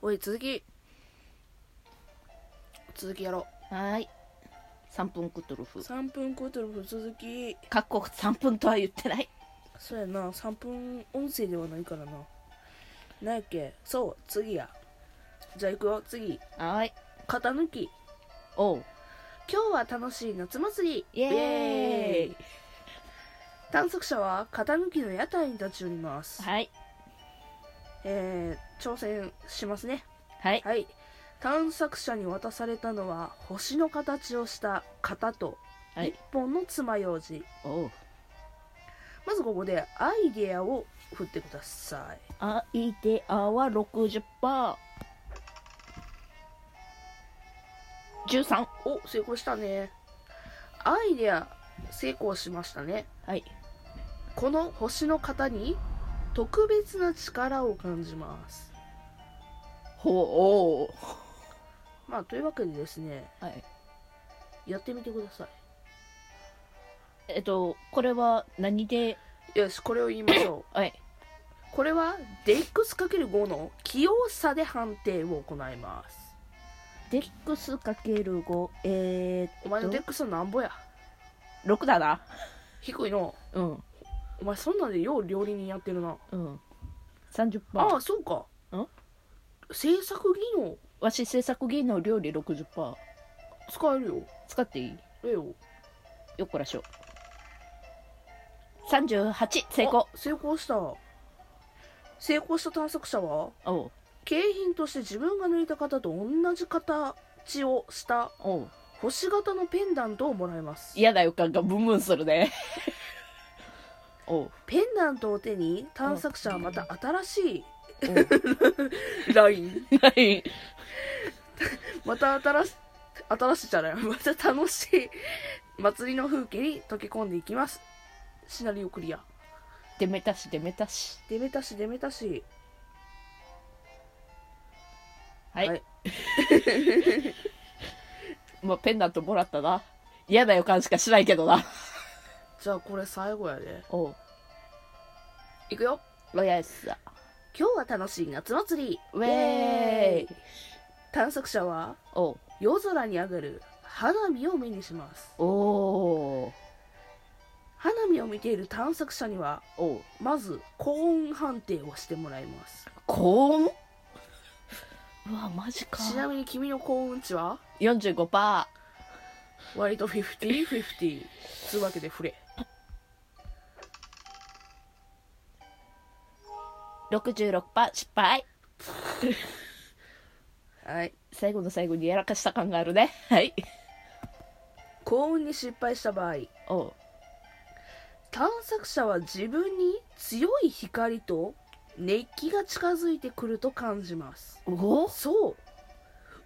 おい続き続きやろはーい3分クトゥルうフ3分コトルフ続きかっこ3分とは言ってないそうやな3分音声ではないからななんやっけそう次やじゃあ行くよ次はーい型抜きおう今日は楽しい夏祭りイエーイ探索者は型抜きの屋台に立ち寄ります、はいえー、挑戦しますねはいはい探索者に渡されたのは星の形をした型とはい一本の爪楊枝、おうまずここでアイデアを振ってくださいアイデアは60%パー13お成功したねアイデア成功しましたねはいこの星の型に特別な力を感じますほうまあというわけでですねおうはいやってみてくださえっとこれは何でいよしこれを言いましょうはい これは DX×5 の器用さで判定を行いますデックスかける5えお前のど DX はなんぼやー、6だな低いのうんお前そんなんでよう料理人やってるなうん30%ああそうかん制作技能わし制作芸能料理60%使えるよ使っていいええよよっこらしょ38成功あ成功した成功した探索者はおう景品として自分が抜いた型と同じ形をしたおう星型のペンダントをもらいます嫌な予感がブンブンするねおうペンダントを手に探索者はまた新しおういライン はいまた新し新しいじゃないまた楽しい祭りの風景に溶け込んでいきますシナリオクリアデメタシデメタシデメタシデメタシはい、はいまあ、ペンダン トもらったな嫌な予感しかしないけどなじゃあこれ最後やでおういくよロイヤルさ今日は楽しい夏祭りウェーイ探索者はおう夜空に上がる花火を目にしますおう花火を見ている探索者にはおうまず高音判定をしてもらいます高音うわマジかちなみに君の高音値は45%パ割と50-50つ うわけで触れー66%パー失敗はい最後の最後にやらかした感があるねはい高音に失敗した場合おう探索者は自分に強い光と熱気が近づいてくると感じますおそ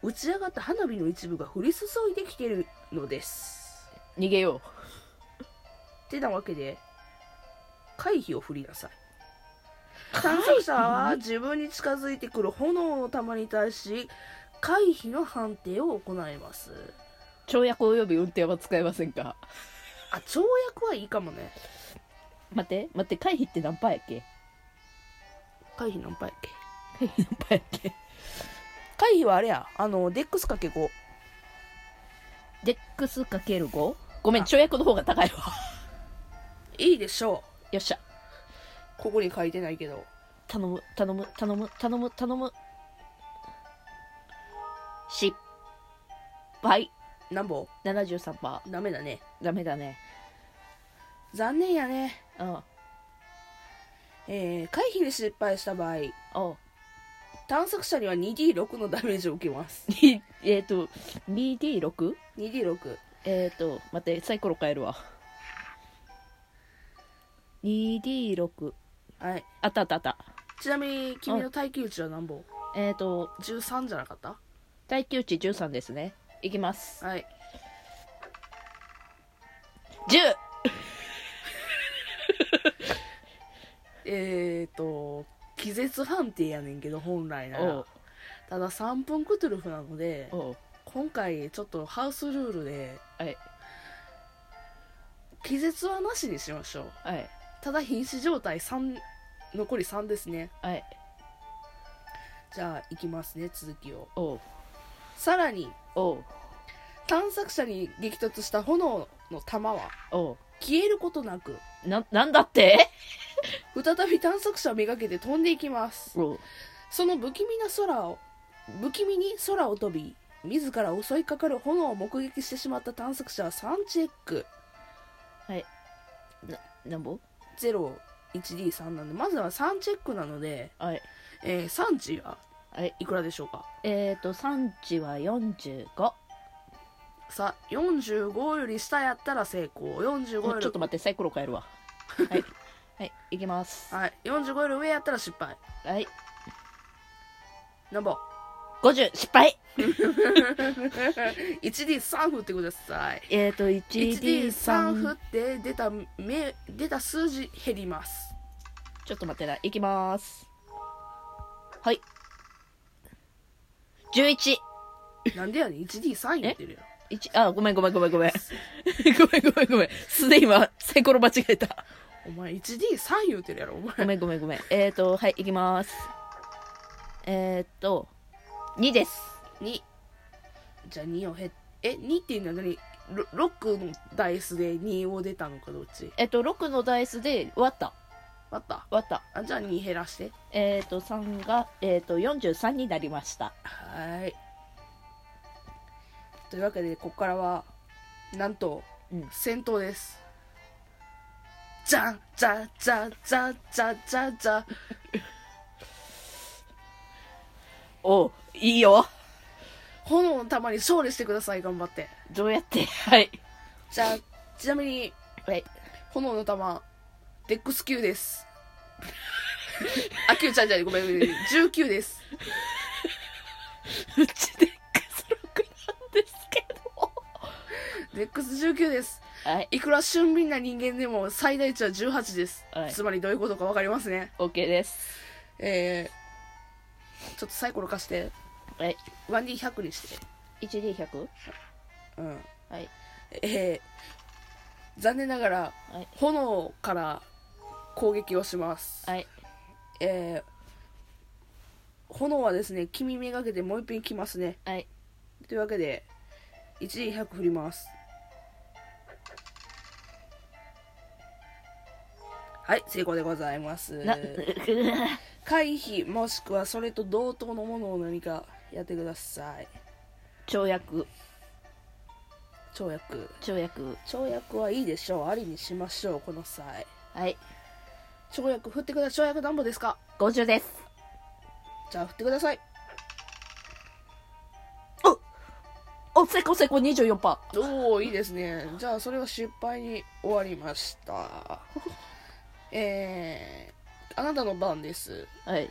う打ち上がった花火の一部が降り注いできているのです逃げよてなわけで回避を振りなさい探索者は自分に近づいてくる炎の玉に対し回避の判定を行いますう跳躍および運転は使えませんかあ跳躍はいいかもね待って待って回避って何パーやっけ回避何倍やっけ回避何パーやっけ回避はあれやあのデックスかけ5デックスかける 5? ごめん跳躍の方が高いわいいでしょうよっしゃここに書いてないけど頼む頼む頼む頼む頼む失敗なんぼ73%パダメだねーダメだね残念やねうんえー、回避に失敗した場合おう探索者には 2D6 のダメージを受けますに えっ、と BD6? 2D6 えっ、と待ってサイコロ変えるわ 2D6 はいあったあったあったちなみに君の耐久値は何ぼえっ、と13じゃなかった耐久値13ですねいきますはい 10! えーと気絶判定やねんけど本来ならうただ3分クトゥルフなのでおう今回ちょっとハウスルールではい気絶はなしにしましょうはいただ瀕死状態3残り3ですねはいじゃあ行きますね続きをおうさらにおう探索者に激突した炎の玉はお消えることなくうななんだって再び探索者めがけて飛んでいきますおうその不気味な空を不気味に空を飛び自ら襲いかかる炎を目撃してしまった探索者は3チェックなんぼ 01D3 なんでまずは3チェックなので、はいえー、3値がはいいくらでしょうかえっ、ー、と産地は45さあ45より下やったら成功45よりちょっと待ってサイコロ変 えるわはいはいいきますはい、45より上やったら失敗はいなんぼ 50失敗 1D3 振ってくださいえっ、ー、と 1D3 振 1D3 って出た目出た数字減りますちょっと待ってないきますはい11なんでやねん 1D3 言ってるよ一あ、ごめんごめんごめんごめん。 ごめんごめんごめん。すでに今、サイコロ間違えた。お前 1D3 言うてるやろお前 ごめんごめんごめん。えっ、ー、と、はい、いきます。えっ、ー、と、2です。 2じゃあ2を減っえ2っていうのは何ろ6のダイスで2を出たのかどっちえっ、と、6のダイスで割った。あった割った。あじゃあ2減らしてえっ、ー、と、3が、えっ、ー、と、43になりました。はーいというわけでここからはなんとうん戦闘です、じゃんじゃんじゃんじゃんじゃんじゃんじゃんおういいよ。炎の玉に勝利してください頑張ってどうやって はい。じゃあちなみにはい。炎の玉デックス9ですあ9ちゃんじゃんごめんごめん19です うちでっかす6なんですけど。デックス19ですはい。いくら俊敏な人間でも最大値は18です、はいつまりどういうことか分かりますね OK です。えー、ちょっとサイコロ貸してはい。 1D100 にして 1D100? うんはい。えー、残念ながらはい。炎から攻撃をします、はい。えー、炎はですね君めがけてもう一品来ますねはい。というわけで 1D100 振りますはい成功でございますな、回避もしくはそれと同等のものを何かやってください 跳躍跳躍跳躍跳躍はいいでしょうありにしましょうこの際はい跳躍振ってください跳躍なんぼですか50ですじゃあ振ってくださいお成功成功24パおおいいですねじゃあそれは失敗に終わりましたえー、あなたの番ですーはい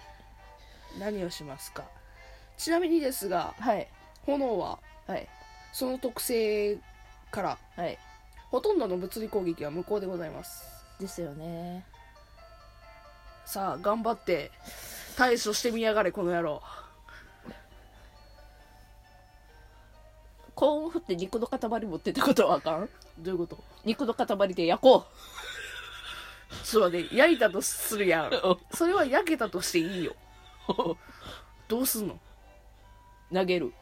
何をしますかちなみにですがはい炎ははいその特性からはいほとんどの物理攻撃は無効でございますですよねさあ頑張って対処してみやがれこの野郎コーン振って肉の塊持ってってことはあかんどういうこと肉の塊で焼こそうだね焼いたとするやんうそれは焼けたとしていいよどうすんの投げる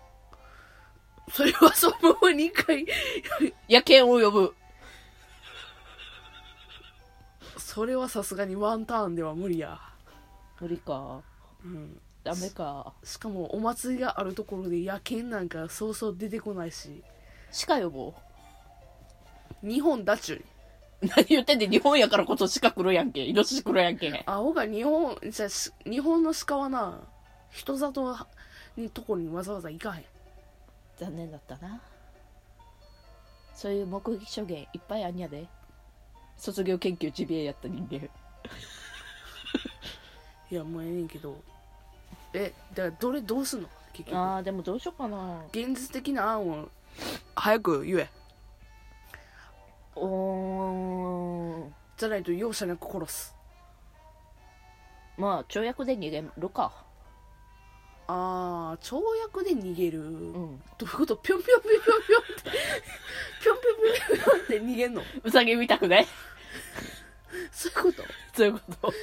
それはそのまま2回野犬を呼ぶそれはさすがにワンターンでは無理や、無理かうん、ダメかしかもお祭りがあるところで野犬なんかそうそう出てこないし鹿呼ぼ日本だっちゅうにう 何言ってんで日本やからこそ鹿来るやんけイノシシ来るやんけ青が日本じゃし日本の鹿はな人里にところにわざわざ行かへん残念だったなそういう目撃証言いっぱいあんやで卒業研究ジビエやった人間いやもうええねんけどえだからどれどうすんの結局あーでもどうしようかな現実的な案を早く言えおーじゃないと容赦なく殺すまあ跳躍で逃げるかああ跳躍で逃げる、うんどういうことぴょんぴょんぴょんぴょんぴょんってぴょんぴょんぴょんぴょんって逃げんのうさぎ見たくない そういうことそういうこと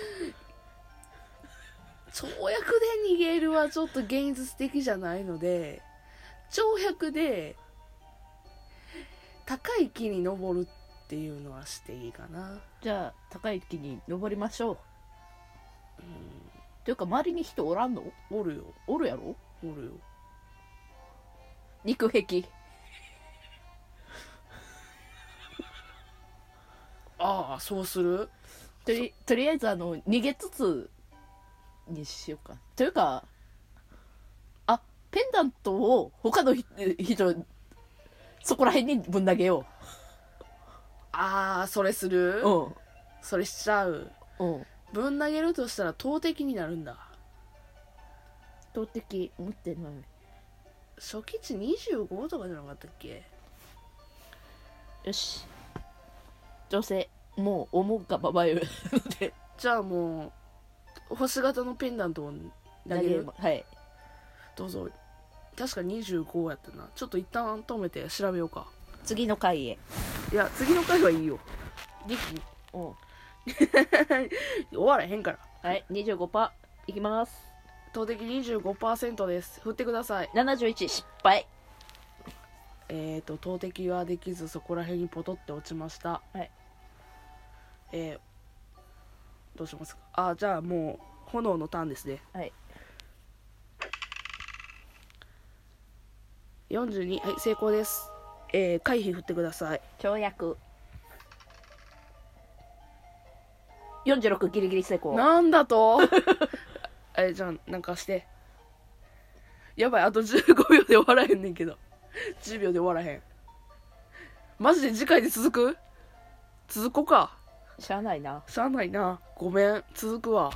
跳躍で逃げるはちょっと現実的じゃないので跳躍で高い木に登るっていうのはしていいかなじゃあ高い木に登りましょう、というか周りに人おらんのおるよおるやろおるよ肉壁ああそうするとりとりあえずあの逃げつつにしようかというかあペンダントを他のひ人そこら辺にぶん投げよああそれするううんそれしちゃううんぶん投げるとしたら投擲になるんだ投擲持ってない初期値25とかじゃなかったっけよし女性もう思うがまま よでじゃあもう星型のペンダントを投 げるまはいどうぞ確か25やったなちょっと一旦止めて調べようか次の回へいや次の回はいいよリキうん終わらへんからはい25パーいきます投擲25%です振ってください71失敗えーと投擲はできずそこら辺にポトって落ちましたはいえーどうしますかあじゃあもう炎のターンですねはい42はい成功ですえー回避振ってください跳躍46ギリギリ成功なんだと えじゃあなんかしてやばいあと15秒で終わらへんねんけど10秒で終わらへんマジで次回で続く続こうかしゃあないなしゃあないなごめん続くわ